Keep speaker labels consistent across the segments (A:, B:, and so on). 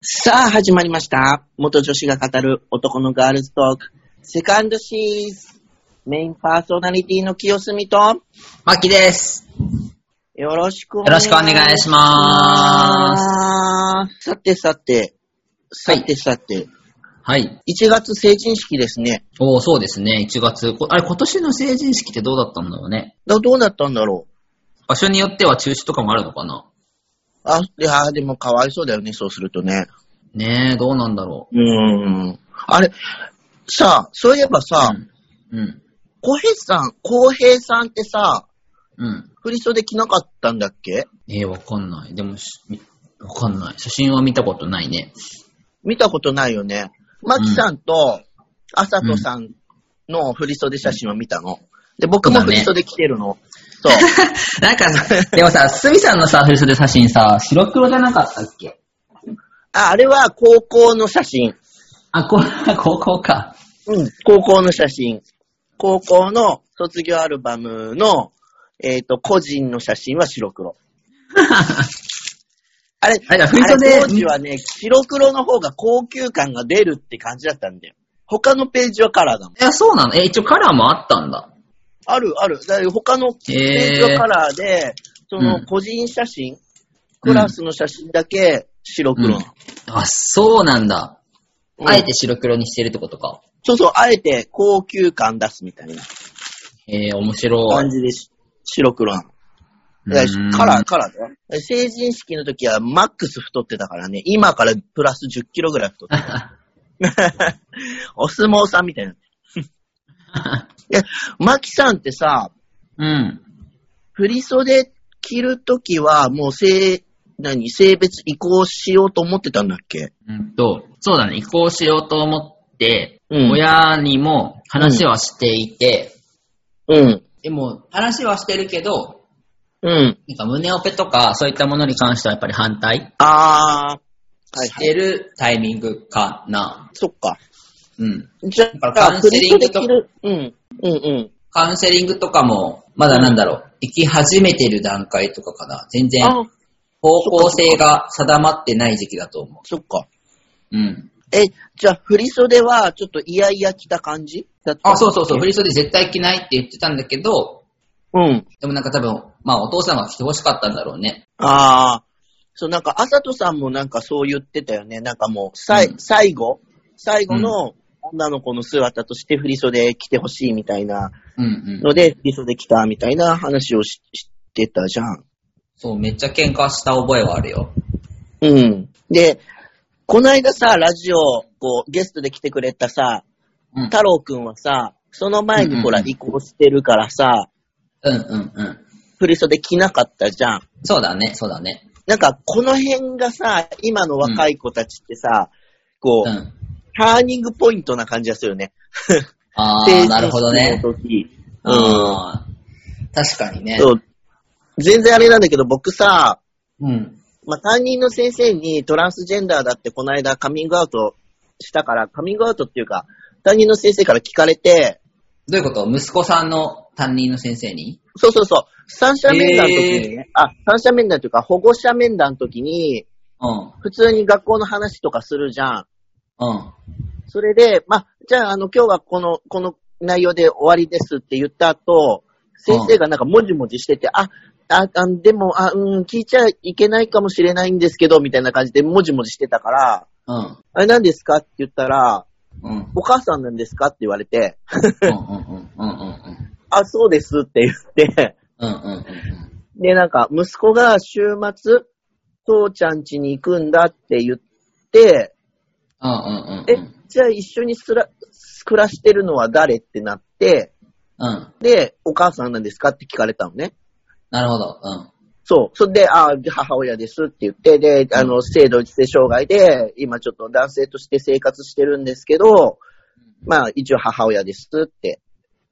A: さあ、始まりました。元女子が語る男のガールズトーク、セカンドシーズン。メインパーソナリティの清澄と、
B: マッキーです。
A: よろしくお
B: よろしくお願いしま
A: ます。さてさて、さてさて、
B: はい。
A: 1月成人式ですね。
B: おーそうですね。1月。こあれ、今年の成人式ってどうだったんだろうね。
A: どどうだったんだろ
B: 場所によっては中止とかもあるのかな。
A: うあ、いやーでもかわいそうだよね、そうするとね。
B: ねえ、どうなんだろ
A: うーん。あれ、さあ、そういえばさ、
B: う。うん。
A: 小平さん、小平さんってさ、
B: うん。
A: 振袖着なかったんだっけ
B: ええわかんない。でもし、みわかんない。写真は見たことないね。
A: 見たことないよね。マキさんと、あさとさんの振袖写真を見たの。で、僕も
B: そうだ
A: 振
B: ね
A: 袖着てる の。そう。
B: なんか、 でもさ、すみさんのさ、フル袖写真さ、白黒じゃなかったっけ
A: あ、あれは高校の写真。
B: あ、こ、 高校 か。
A: うん、高校の写真。高校の卒業アルバムの、えっ、と、個人の写真は白黒。あれ、
B: あれだ
A: あれ
B: 振袖
A: 当時はね、白黒の方が高級感が出るって感じだったんだよ。他のページはカラーだもん。
B: いや、そうなの。え、一応カラーもあったんだ。
A: あるある。だから他のページはカラーで、その個人写真、クラスの写真だけ白黒なの、
B: あ、そうなんだ。
A: うん
B: あえて白黒にしてるってことか。
A: そうそう、あえて高級感出すみたいな
B: ええ面白い。
A: 感じでし白黒なの。だからカラー、カラーだよ。成人式の時はマックス太ってたからね、今からプラス10キロぐらい太 って
B: ー。
A: る。お相撲さんみたいな。いや、マキさんってさ、
B: うん。
A: 振り袖着るときはもう性、何、性別移行しようと思ってたんだっけ
B: うんと、そうだね、移行しようと思って、
A: うん
B: 親にも話はしていて、
A: うん。
B: でも、話はしてるけど、
A: うん。
B: なんか胸オペとか、そういったものに関してはやっぱり反対
A: あー。はい、
B: し
A: はい。
B: てるタイミングかな。
A: そっか。
B: うん。
A: じゃ
B: だから
A: あ、
B: カウン
A: 振
B: セ
A: り
B: リン
A: 袖
B: グと
A: 着る。うん。うんうん。
B: カウンセリングとかも、まだなんだろう、行き始めてる段階とかかな。全然、
A: あ、
B: 方向性が定まってない時期だと思
A: そっか。
B: う。うん。
A: え、じゃあ、振り袖は、ちょっといやいや着た感じだった
B: あ、そうそうそう、振り袖絶対着ないって言ってたんだけど、
A: うん。
B: でもなんか多分、まあお父さんが来て欲しかったんだろうね。
A: あー。そう、なんか、あさとさんもなんかそう言ってたよね。なんかもう、さい、
B: うん
A: 最後、最後の女の子の姿として振り袖着てほしいみたいな
B: うんうん。
A: ので、振り袖着たみたいな話をししてたじゃん。
B: そう、めっちゃ喧嘩した覚えはあるよ。
A: うん。で、この間さ、ラジオ、こう、ゲストで来てくれたさ、
B: うん。
A: 太郎くんはさ、その前にほら
B: うんうんうん
A: 移行してるからさ、
B: うんうんうん。
A: 振り袖着なかったじゃん。
B: そうだね、そうだね。
A: なんか、この辺がさ、今の若い子たちってさ、こ
B: う
A: う、
B: ん。
A: ターニングポイントな感じがするよね。
B: あ
A: 成人
B: ー、
A: 式
B: なるほどね。
A: の時うん。
B: あー確かにね。
A: そう。全然あれなんだけど、僕さ、
B: うん。
A: まあ、担任の先生にトランスジェンダーだってこの間カミングアウトしたから、カミングアウトっていうか、担任の先生から聞かれて、
B: どういうこと息子さんの担任の先生に
A: そうそうそう、三者面談の時にね、あ、三者面談というか保護者面談の時に、
B: うん。
A: 普通に学校の話とかするじゃん。
B: うん。
A: それで、まあ、じゃあ、あの、今日はこの、この内容で終わりですって言った後、先生がなんかもじもじしてて、あ、あ、あでも、あ、うん、聞いちゃいけないかもしれないんですけど、みたいな感じでもじもじしてたから、
B: うん。
A: あれ何ですかって言ったら、
B: うん。うん。
A: お母さんなんですかって言われて、
B: うん。うん。うん。うん。
A: あ、そうですって言って、
B: うん。うん。うん。うん
A: で、なんか、息子が週末、父ちゃん家に行くんだって言って、
B: うん。うん。
A: え、じゃあ一緒にすら暮らしてるのは誰ってなって、
B: うん。
A: で、お母さんなんですかって聞かれたのね。
B: なるほど。うん。
A: そう。それで、あ母親ですって言って、で、あの、性同一性障害で、今ちょっと男性として生活してるんですけど、まあ、一応母親ですって、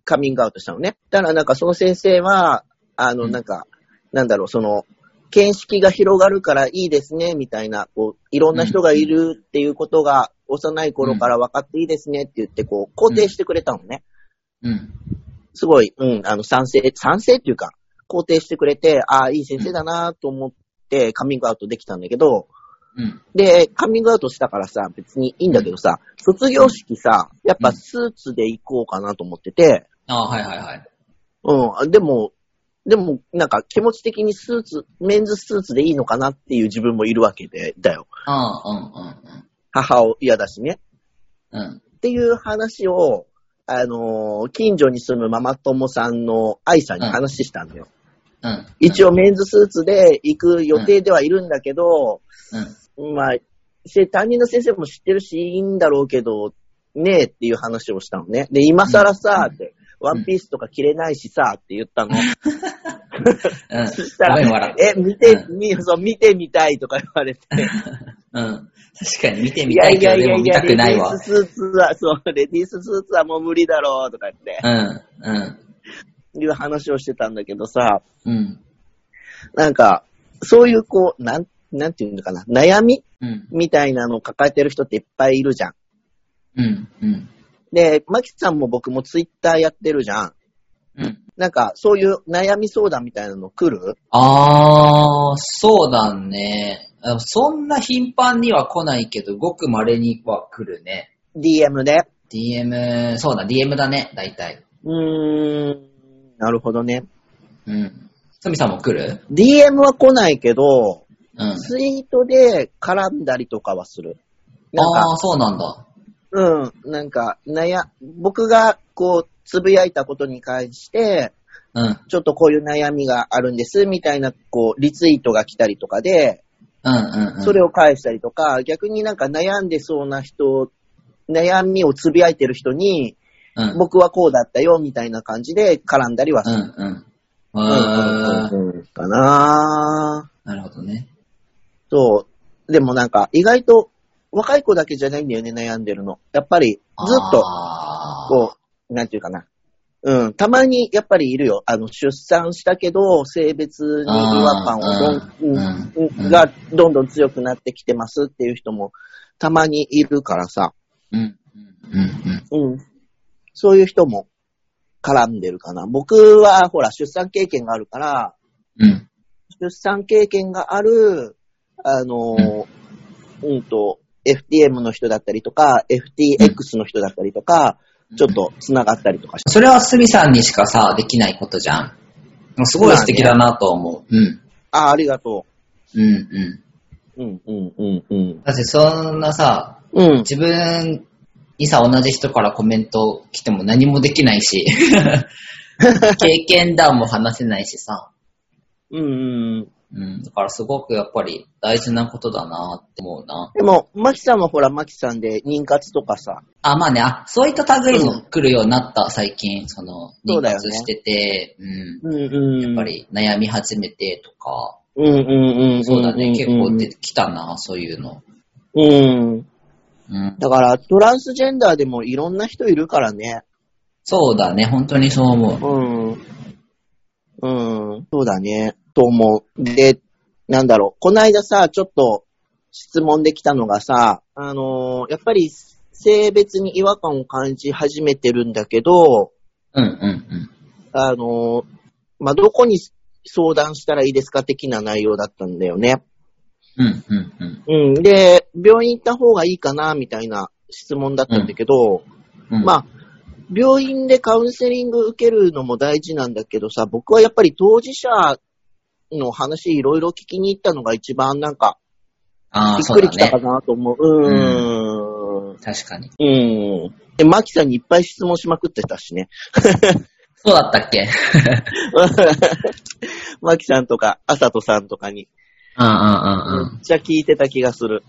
A: カミングアウトしたのね。ただ、なんかその先生は、あの、
B: うん
A: なんか、なんだろう、その、見識が広がるからいいですね、みたいな、こう、いろんな人がいるっていうことが、幼い頃から分かっていいですねって言って、こう、肯定してくれたのね。
B: うん。
A: すごい、うん、あの、賛成、賛成っていうか、肯定してくれて、ああ、いい先生だなと思って、カミングアウトできたんだけど、
B: うん。
A: で、カミングアウトしたからさ、別にいいんだけどさ、卒業式さ、やっぱスーツで行こうかなと思ってて、
B: ああ、はいはいはい。
A: うん、あでも、でも、なんか気持ち的にスーツ、メンズスーツでいいのかなっていう自分もいるわけで、だよ。
B: ああ、
A: 母親だしね。
B: うんうんうん。うん。
A: っていう話を、あのー近所に住むママ友さんの愛さんに話したんだよ。
B: うん。
A: 一応メンズスーツで行く予定ではいるんだけど、
B: うん。
A: まあ、せ担任の先生も知ってるし、いいんだろうけど、ねえっていう話をしたのね。で、今更さ、
B: うん
A: って、ワンピースとか着れないしさ、って言ったの。
B: うん。
A: そした
B: ご
A: ら
B: めん笑っ、
A: え、見て、
B: う
A: みそう見てみたいとか言われて、
B: うん。確かに 見てみたいけど、でも見たくないわ
A: レディー。ススーツは、そう、レディーススーツはもう無理だろうとか言って、
B: うん。うん。
A: いう話をしてたんだけどさ、
B: うん。
A: なんか、そういうこう、なん、なんていうのかな、悩み
B: うん。
A: みたいなのを抱えてる人っていっぱいいるじゃん。
B: うん。うん。
A: で、マキさんも僕もツイッターやってるじゃん。
B: うん。
A: なんか、そういう悩み相談みたいなの来る
B: ああ、そうだね。あそんな頻繁には来ないけど、ごく稀には来るね。
A: ?DM で。
B: DM、そうだ、DM だね、大体。
A: うーん、なるほどね。
B: うん。トミさんも来る
A: DM は来ないけど、
B: うん。
A: ツイートで絡んだりとかはする。なん
B: あ
A: か、
B: あ、そうなんだ。
A: うん、なんか、悩、僕がこう、つぶやいたことに関して、
B: うん。
A: ちょっとこういう悩みがあるんです、みたいな、こう、リツイートが来たりとかで、
B: うんうんうん。
A: それを返したりとか、逆になんか悩んでそうな人、悩みをつぶやいてる人に、
B: うん、
A: 僕はこうだったよ、みたいな感じで絡んだりは
B: う
A: する。
B: んうん。あー
A: うんかな
B: なるほどね。
A: そう。でもなんか、意外と若い子だけじゃないんだよね、悩んでるの。やっぱり、ずっと、
B: あー
A: こう、なんていうかな。うん、たまにやっぱりいるよ。あの、出産したけど、性別に違和感を
B: あー
A: どん、
B: うん
A: うん
B: うん
A: がどんどん強くなってきてますっていう人もたまにいるからさ。
B: うんうんうん
A: うん。そういう人も絡んでるかな。僕は、ほら、出産経験があるから、
B: うん。うん。
A: 出産経験がある、あの、うん、と、FTM の人だったりとか、FTX の人だったりとか、ちょっと繋がったりとかして。
B: それはスミさんにしかさ、できないことじゃん。すごい素敵だなと思う。うん。
A: ああ、ありがと
B: うんう
A: う。うん、うん、うん、うん
B: ん。。だってそんなさ、
A: うん。
B: 自分にさ、同じ人からコメント来ても何もできない し、経験談も話せないしさ。
A: うん、うん。
B: うん。だからすごくやっぱり大事なことだなって思うな。
A: でも、マキさんはほら、マキさんで妊活とかさ。
B: あ、まあね、あ、そういった類も来るようになった、最近、その、
A: そう
B: 妊
A: だよね
B: 活してて、
A: う
B: う
A: ん、うん。
B: ん。やっぱ。り悩み始めてとか、
A: うん、うん、うん。
B: そうだね、結構出
A: ね。
B: てきたな、そういうの。
A: うん。
B: うん。
A: だから、トランスジェンダーでもいろんな人いるからね。
B: そうだね、本当にそう思う。
A: うん。うん。そうだね。と思う。で、なんだろう。こないださ、ちょっと質問できたのがさ、あのーやっぱり性別に違和感を感じ始めてるんだけど、
B: うん、うん、
A: あのーまあ、どこに相談したらいいですか的な内容だったんだよね。
B: うん。うん、うん、うん。
A: うん。で、病院行った方がいいかな、みたいな質問だったんだけど、
B: うん、
A: まあ、病院でカウンセリング受けるのも大事なんだけどさ、僕はやっぱり当事者の話いろいろ聞きに行ったのが一番なんか、び
B: あー、
A: っ
B: そ
A: く
B: う
A: り
B: だ
A: きたか
B: ね。
A: なと思う。う
B: 確かに。
A: ーん。うん。で、マキさんにいっぱい質問しまくってたしね。
B: そうだったっけ
A: マキさんとか、あさとさんとかに。
B: うん、うん、うん、う
A: め
B: ん。
A: っちゃ聞いてた気がす る。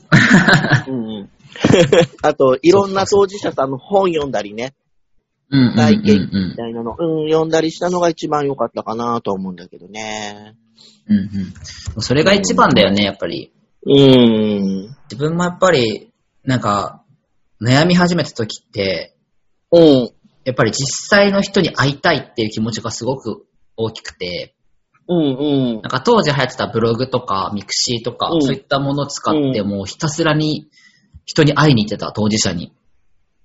A: うん。 あと、いろんな当事者さんの本読んだりね、
B: うん、うん、
A: 体験
B: う
A: み
B: ん
A: たいなの、うん、読んだりしたのが一番良かったかなと思うんだけどね。
B: うん、うんうん。それが一番だよね、やっぱり。
A: うーん。
B: 自分もやっぱり、なんか、悩み始めた時って、
A: うん。
B: やっぱり実際の人に会いたいっていう気持ちがすごく大きくて、
A: うんうん
B: なん。か当時流行ってたブログとかミクシーとか、
A: うん
B: そういったものを使って
A: う
B: もうひたすらに人に会いに行ってた、当事者に。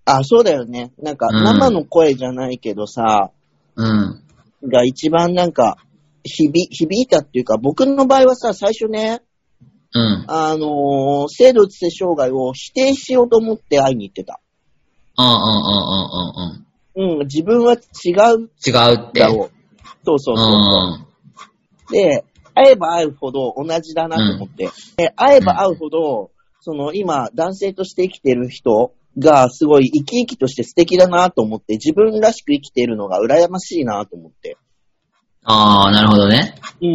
A: あ、そうだよね。なんか、
B: うん
A: 生の声じゃないけどさ、
B: うん。
A: が一番なんか、響、響いたっていうか、僕の場合はさ、最初ね、
B: うん。
A: あのー性同一性障害を否定しようと思って会いに行ってた。
B: うんうんうんうんうんうん。
A: うん、自分は違う
B: 違うって。
A: だろう。そうそうそううそう、
B: ん。
A: で、会えば会うほど同じだなと思って。で、会えば会うほど、その今、男性として生きてる人がすごい生き生きとして素敵だなと思って、自分らしく生きているのが羨ましいなと思って。
B: ああ、なるほどね。
A: う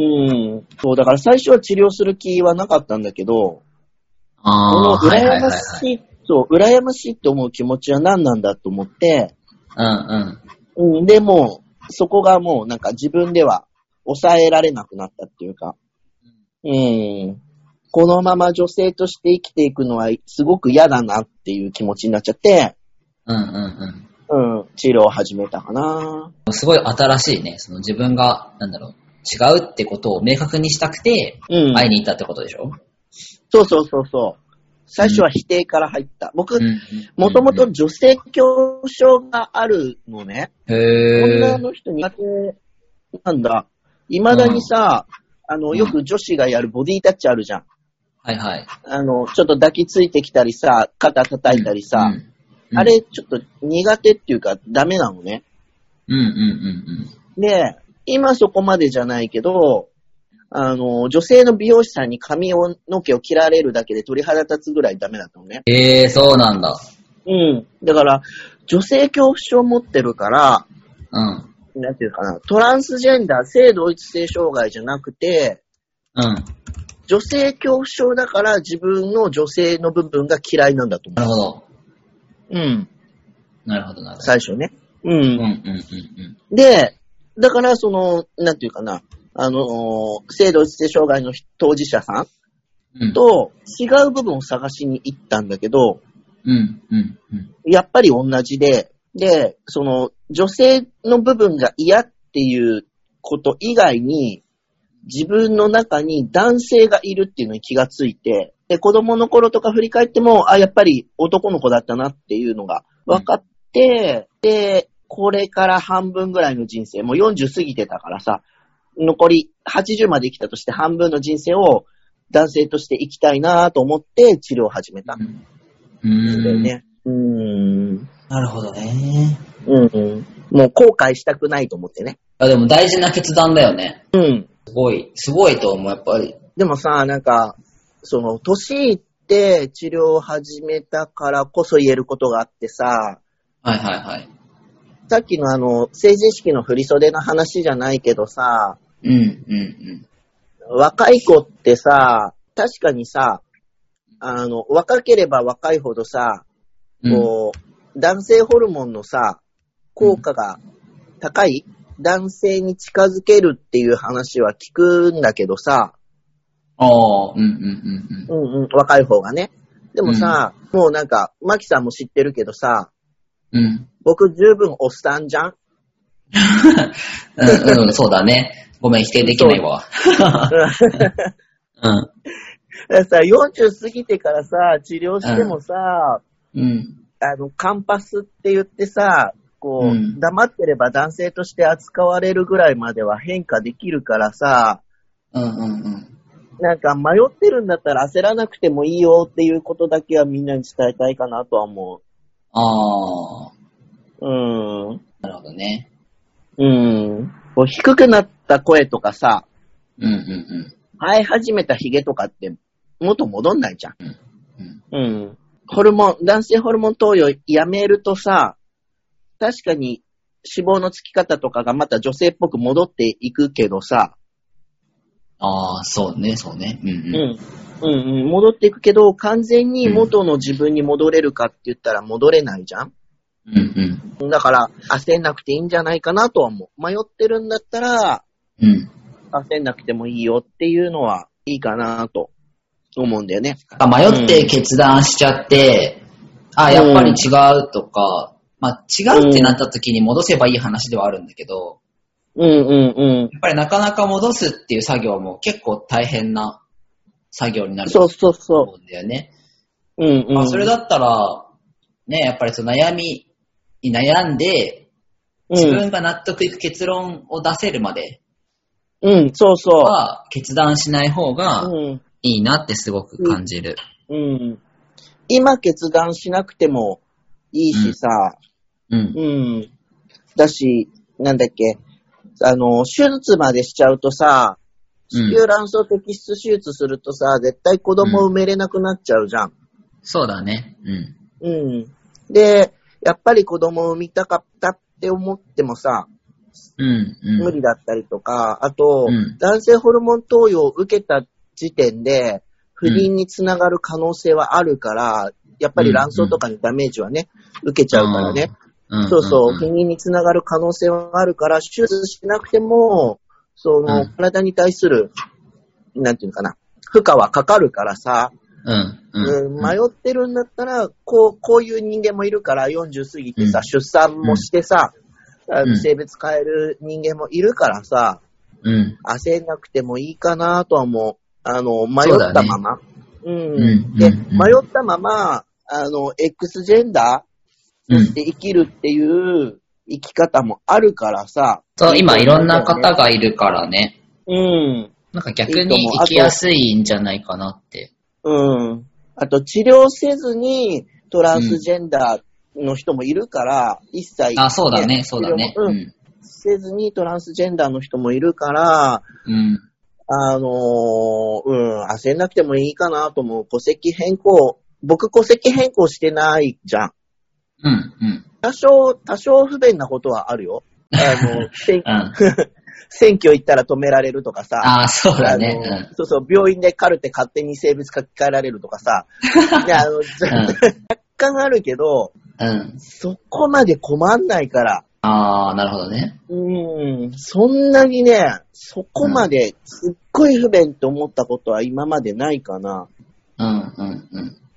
A: ん。そう、だから最初は治療する気はなかったんだけど、こ
B: あ
A: の
B: あ、はいは
A: 羨
B: いはいは
A: ま
B: い。
A: しい、そう、羨ましいって思う気持ちは何なんだと思って、
B: うんうん。
A: うん、でも、そこがもうなんか自分では抑えられなくなったっていうか、うん、このまま女性として生きていくのはすごく嫌だなっていう気持ちになっちゃって、
B: うんうん
A: うん、治療を始めたかな。
B: うん。すごい新しいね。その自分が、なんだろう、違うってことを明確にしたくて、
A: うん、
B: 会いに行ったってことでしょ
A: そうそうそうそう。最初は否定から入った。僕、も
B: も
A: ともと女性恐怖症があるのね。
B: へ
A: 女
B: え。
A: の人苦手なんだ。未だにさ、あ
B: う
A: の、
B: ん
A: よく女子がやるボディタッチあるじゃん。
B: はいはい。
A: あの、ちょっと抱きついてきたりさ、肩叩いたりさ
B: う、んうん
A: あれちょっと苦手っていうかダメなのね。
B: うんうんうん
A: で、今そこまでじゃないけど、あの、女性の美容師さんに髪の毛を切られるだけで鳥肌立つぐらいダメだったのね。
B: うん。へえ、そうなんだ。
A: うん。だから、女性恐怖症持ってるから、
B: うん。
A: なんていうかな、トランスジェンダー、性同一性障害じゃなくて、
B: うん。
A: 女性恐怖症だから自分の女性の部分が嫌いなんだと
B: な
A: 思
B: るほど。
A: う。うん。
B: なるほど、なるほど。
A: 最初ね。う
B: うんう
A: ん。
B: んうんうん
A: で、だからその、なんていうかな、あのー性同一性障害の当事者さ
B: うん。うん
A: ん、と違う部分を探しに行ったんだけど、
B: うんうんうん。
A: やっぱり同じで、で、その、女性の部分が嫌っていうこと以外に、自分の中に男性がいるっていうのに気がついて、で、子供の頃とか振り返っても、あ、やっぱり男の子だったなっていうのが分かって、で、これから半分ぐらいの人生、もう40過ぎてたからさ、残り80まで生きたとして半分の人生を男性として生きたいなと思って治療を始めたん
B: う
A: だよ
B: ん。
A: ね。うん。
B: なるほどね。
A: うんうん。もう後悔したくないと思ってね。
B: あ、でも大事な決断だよね。
A: うん。
B: すごい、すごいと思う、やっぱり。
A: でもさ、なんか、その、年いって治療を始めたからこそ言えることがあってさ、
B: はいはいはい。
A: さっきのあの、成人式の振り袖の話じゃないけどさ、
B: うんうん
A: 若い子ってさ、確かにさ、あの、若ければ若いほどさ、
B: うん。うん
A: こう、男性ホルモンのさ、効果が高い、男性に近づけるっていう話は聞くんだけどさ、
B: ああ、うんうんうん
A: うんうん、若い方がね。でもさ、もうなんか、マキさんも知ってるけどさ、
B: うん。うん。
A: 僕十分おっさんじゃん
B: うんうん、そうだね。ごめん、否定できないわ。うん。
A: だからさ、40過ぎてからさ、治療してもさ、
B: うん。
A: あの、カンパスって言ってさ、こう、
B: うん
A: 黙ってれば男性として扱われるぐらいまでは変化できるからさ、
B: うんうんうん。
A: なんか迷ってるんだったら焦らなくてもいいよっていうことだけはみんなに伝えたいかなとは思
B: ああ、
A: う。うん。
B: なるほどね。
A: うん。こう低くなった声とかさ、
B: うんうん
A: 生え始めたヒゲとかって元戻んないじゃん。
B: うんうん。
A: うん。ホルモン、男性ホルモン投与やめるとさ、確かに脂肪のつき方とかがまた女性っぽく戻っていくけどさ、
B: ああ、そうね、そうね。うん
A: う。
B: うん
A: うんうん、戻っていくけど、完全に元の自分に戻れるかって言ったら戻れないじゃん。
B: ん。うん
A: だから、焦んなくていいんじゃないかなとは思う。迷ってるんだったら、
B: うん。うん。
A: 焦んなくてもいいよっていうのはいいかなと思うんだよね。
B: あ迷って決断しちゃって、あ、やっぱり違うとか、まあ違うってなった時に戻せばいい話ではあるんだけど、
A: うんうん
B: やっぱりなかなか戻すっていう作業も結構大変な作業にな
A: うん。
B: る
A: そ
B: と
A: うそうそう。
B: 思うんだよね。
A: うんうん。
B: まあそれだったら、ね、やっぱりその悩みに悩んで、自分が納得いく結論を出せるまで
A: うん、うん、そうそ
B: は決断しない方が
A: う。うん。
B: いいなってすごく感じる。
A: うん。今決断しなくてもいいしさ、
B: うん。
A: うん。だし、なんだっけ、あの、手術までしちゃうとさ、
B: うん
A: 子宮卵巣摘出手術するとさ、絶対子供産めれなくなっちゃうじゃん。
B: そうだね。うん。
A: うん。で、やっぱり子供産みたかったって思ってもさ、
B: うん。うん。
A: 無理だったりとか、あと、
B: うん
A: 男性ホルモン投与を受けた時点で、不倫につながる可能性はあるから、やっぱり卵巣とかにダメージはね、受けちゃうからね。
B: うん。
A: そうそう、
B: ん
A: 不妊につながる可能性はあるから、手術しなくても、その、
B: うん
A: 体に対する、なんていうのかな、負荷はかかるからさ、
B: うん。
A: う
B: うんん。
A: 迷ってるんだったら、こう、こういう人間もいるから、40過ぎてさ、
B: うん
A: 出産もしてさ、あ
B: う
A: の
B: ん
A: 性別変える人間もいるからさ、
B: うん。
A: 焦んなくてもいいかなとは思う。あの、迷ったまま。う
B: うん
A: ん。で、
B: うんう
A: 迷
B: ん
A: ったまま、あの、X ジェンダー
B: う
A: と
B: ん
A: し。て生きるっていう生き方もあるからさ。
B: そう、今いろんな方がいるからね。
A: うん。
B: なんか逆に生きやすいんじゃないかなって。
A: うん。あと治療せずにトランスジェンダーの人もいるから、一切、
B: あ、そうだね、そうだね。
A: 治療も
B: う
A: うん。
B: ん。
A: せずにトランスジェンダーの人もいるから、
B: うん。
A: あのーうん、焦んなくてもいいかなと思う。戸籍変更。僕戸籍変更してないじゃん。
B: うん。うん。
A: 多少、多少不便なことはあるよ。あ の、選
B: うん。
A: 選挙行ったら止められるとかさ。
B: あ、そうだね。
A: あのそうそう、病院でカルテ勝手に性別書き換えられるとか さ。で あの若干あるけど、
B: うん。うん。
A: そこまで困んないから。
B: ああ、なるほどね。
A: うん、そんなにね、そこまですっごい不便って思ったことは今までないかな。
B: うん。うん。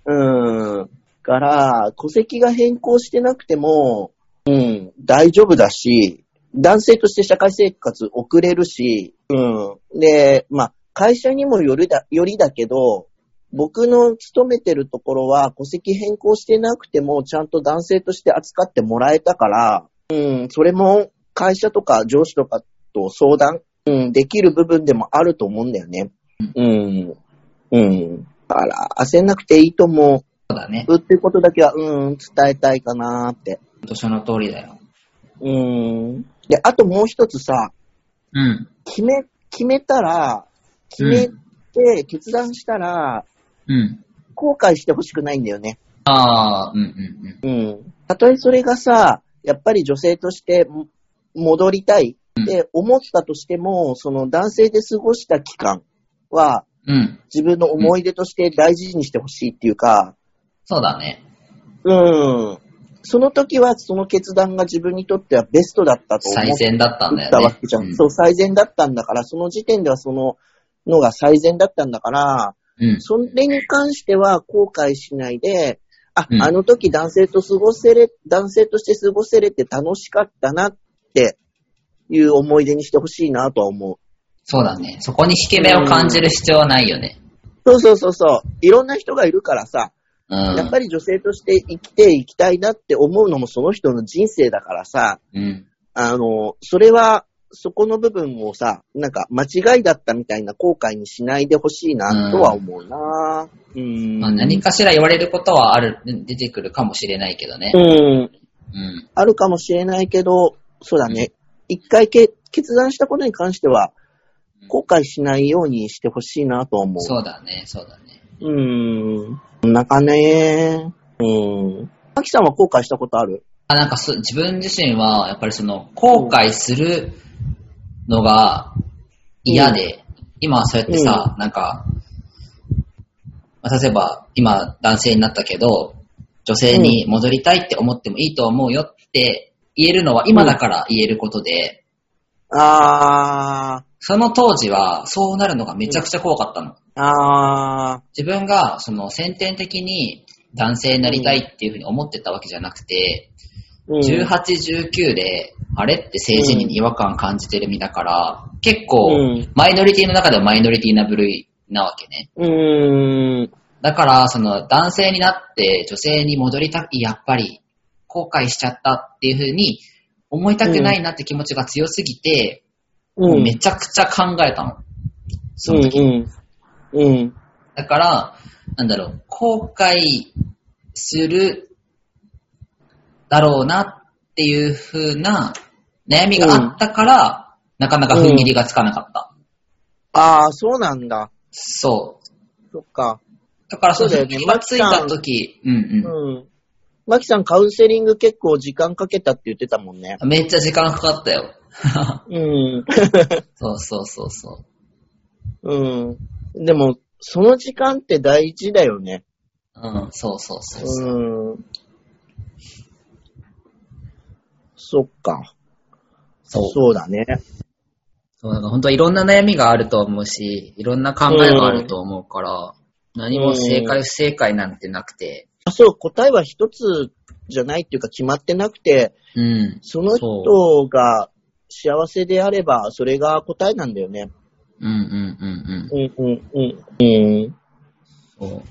B: うん。
A: うん。から、戸籍が変更してなくても、うん、大丈夫だし、男性として社会生活送れるし、うん。で、まあ、会社にもよるだ、よりだけど、僕の勤めてるところは戸籍変更してなくてもちゃんと男性として扱ってもらえたから、うん、それも会社とか上司とかと相談、うん、できる部分でもあると思うんだよね。うん。うん。だから、焦んなくていいと思
B: そうだね。
A: う。っていうことだけは、うん、伝えたいかなーって。
B: ほんとその通りだよ。
A: うん。で、あともう一つさ、
B: うん。
A: 決め、決めたら、決めて、決断したら、
B: うん。
A: 後悔してほしくないんだよね。
B: ああ、うん。うん。うん。
A: うん。たとえそれがさ、やっぱり女性としても戻りたいって思ったとしても、その男性で過ごした期間は、
B: うん。
A: 自分の思い出として大事にしてほしいっていうか、
B: そうだね。
A: うん。その時はその決断が自分にとってはベストだったと思
B: 最
A: って
B: 善だったんだよ
A: た
B: ね。
A: わけじゃん。
B: うん
A: そう、最善だったんだから、その時点ではそののが最善だったんだから、
B: うん。
A: それに関しては後悔しないで、あ、
B: うん
A: あの時男性と過ごせれ、男性として過ごせれて楽しかったなっていう思い出にしてほしいなとは思う。
B: そうだね。そこに引け目を感じる必要はないよね。
A: そうそうそうそう。いろんな人がいるからさ、
B: うん。
A: やっぱり女性として生きていきたいなって思うのもその人の人生だからさ、
B: うん。
A: あの、それは、そこの部分をさ、なんか間違いだったみたいな後悔にしないでほしいなとは思うなうん。
B: まあ、何かしら言われることはある、出てくるかもしれないけどね
A: う。ん。
B: うん。
A: あるかもしれないけど、そうだね。一回け決断したことに関しては、後悔しないようにしてほしいなとは思う。
B: そうだね、そうだね。
A: う。うん。こんなかねうん。マキさんは後悔したことある
B: あ、なんかそ自分自身は、やっぱりその、後悔するのが嫌で、今はそうやってさ、なんか、まあ例えば、今男性になったけど、女性に戻りたいって思ってもいいと思うよって言えるのは今だから言えることで、
A: あー、
B: その当時はそうなるのがめちゃくちゃ怖かったの。
A: あー、
B: 自分がその先天的に男性になりたいっていうふうに思ってたわけじゃなくて、
A: うん
B: 18、19で、あれって性自認に違和感感じてる身だから、結構
A: うん、
B: マイノリティの中ではマイノリティな部類なわけね。
A: うん。
B: だから、その男性になって女性に戻りたい、やっぱり後悔しちゃったっていうふうに思いたくないなって気持ちが強すぎて、
A: う
B: もうんめちゃくちゃ考えたの。その時
A: うん。うん。
B: だから、なんだろう、後悔するだろうなっていう風な悩みがあったから、なかなか踏ん切りがつかなかった。
A: ああ、そうなんだ。
B: そう。
A: そっか。
B: だからそう
A: そうだ
B: で
A: よ
B: す
A: ね
B: ね。気がついた時、うんうん。
A: うん。マキさん、カウンセリング結構時間かけたって言ってたもんね。
B: めっちゃ時間かかったよ。
A: うん。
B: そうそうそうそう。
A: うん。でも、その時間って大事だよね。
B: うん、そうそうそうそう。
A: うん。そっか。
B: そう
A: そうだね。
B: そう、だから本当はいろんな悩みがあると思うし、いろんな考えがあると思うから、何も正解不正解なんてなくて、
A: あそう、答えは一つじゃないっていうか決まってなくて、
B: うん。
A: その人が幸せであれば、それが答えなんだよね。
B: うんうんうん
A: うんうんうん。うん。
B: うん。そう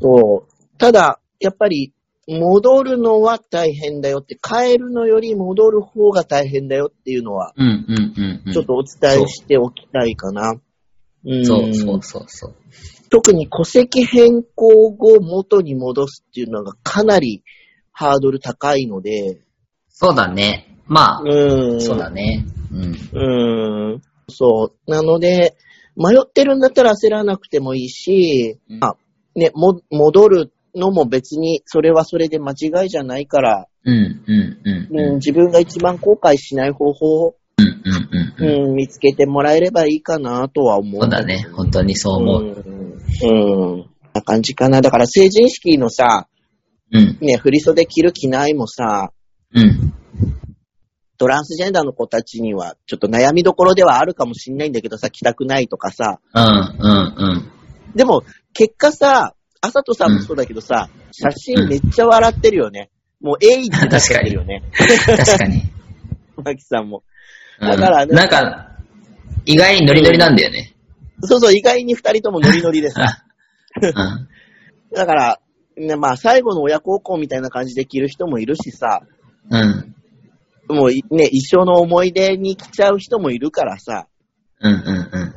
A: そう。ただ、やっぱり、戻るのは大変だよって、帰るのより戻る方が大変だよっていうのは、
B: うんうんうんうん。
A: ちょっとお伝えしておきたいかな。うん
B: そうそうそうそう。
A: 特に戸籍変更後元に戻すっていうのがかなりハードル高いので、
B: そうだね。まあ、
A: うん。
B: そうだね。うん。
A: うん。そう。なので、迷ってるんだったら焦らなくてもいいし、
B: うん
A: あ、ね、も、戻るのも別にそれはそれで間違いじゃないから、
B: うんうんう。
A: うん
B: うん
A: ん、自分が一番後悔しない方法を、
B: うんうんうん。
A: うん、見つけてもらえればいいかなとは思う。
B: そうだね。本当にそう思う。
A: うん。うん。な感じかな。だから成人式のさ、
B: うん。
A: ね、振袖着る着ないもさ、
B: うん。
A: トランスジェンダーの子たちには、ちょっと悩みどころではあるかもしんないんだけどさ、着たくないとかさ。
B: うんうんうん。
A: でも、結果さ、あさとさんもそうだけどさ、写真めっちゃ笑ってるよね。もう、えいって出しちゃってるよね。
B: 確かに。
A: マキさんも。
B: うん
A: だから
B: なんか、意外にノリノリなんだよね。
A: そうそう、意外に二人ともノリノリでさ。
B: うん。
A: だから、ね、まあ、最後の親孝行みたいな感じで着る人もいるしさ、
B: うん。
A: もうい、ね、一生の思い出に着ちゃう人もいるからさ、
B: うんうんうん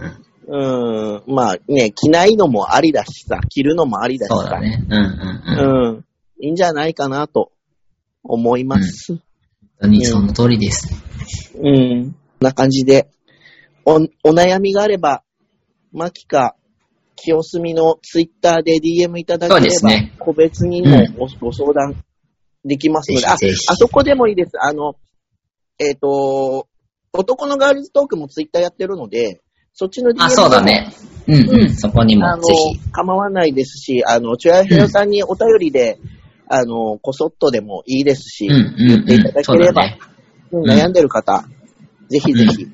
B: うん。
A: うん、まあね、着ないのもありだしさ、着るのもありだしさ。
B: そうだね。うんうんうん。
A: う
B: 本
A: ん。いいんじゃないかなと思います。
B: 当にその通りです。
A: うん。こんな感じで、お、お悩みがあれば、マキか、清澄のツイッターで DM いただ
B: そう
A: け
B: で
A: れ
B: す
A: ば、
B: ね
A: 個別にもご,、ご相談できますので、あ、
B: ぜひぜひ
A: あそこでもいいです。あの、えっ、と、男のガールズトークもツイッターやってるので、そっちの DM
B: あ、そうだね。うんう
A: うん
B: ん。そこに
A: でも。あ
B: も
A: の
B: ぜひ。、
A: 構わないですし、あの、チュアヘヨさんにお便りで、あの、こそっとでもいいですし、
B: うんうん
A: 言っていた
B: う
A: だ
B: ん。
A: け
B: そう
A: れ
B: だ
A: ば
B: ね。ん
A: 悩んでる方、ぜひぜひ、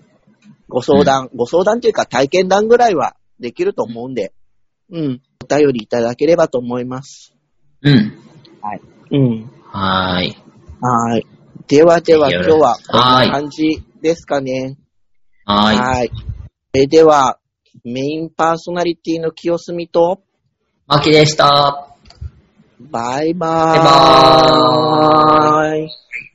A: ご相談、ご相談というか体験談ぐらいはできると思うんで、うん、お便りいただければと思います。
B: うん。
A: うん。
B: はーい。
A: はーい。ではでは、
B: いい
A: 今
B: よ
A: 日はこん
B: は
A: な
B: ー
A: い感じですかね。
B: はーい。
A: ーい。それでは、メインパーソナリティの清澄と、
B: マキでした。
A: バイバーイ。
B: バイバ
A: ーイ。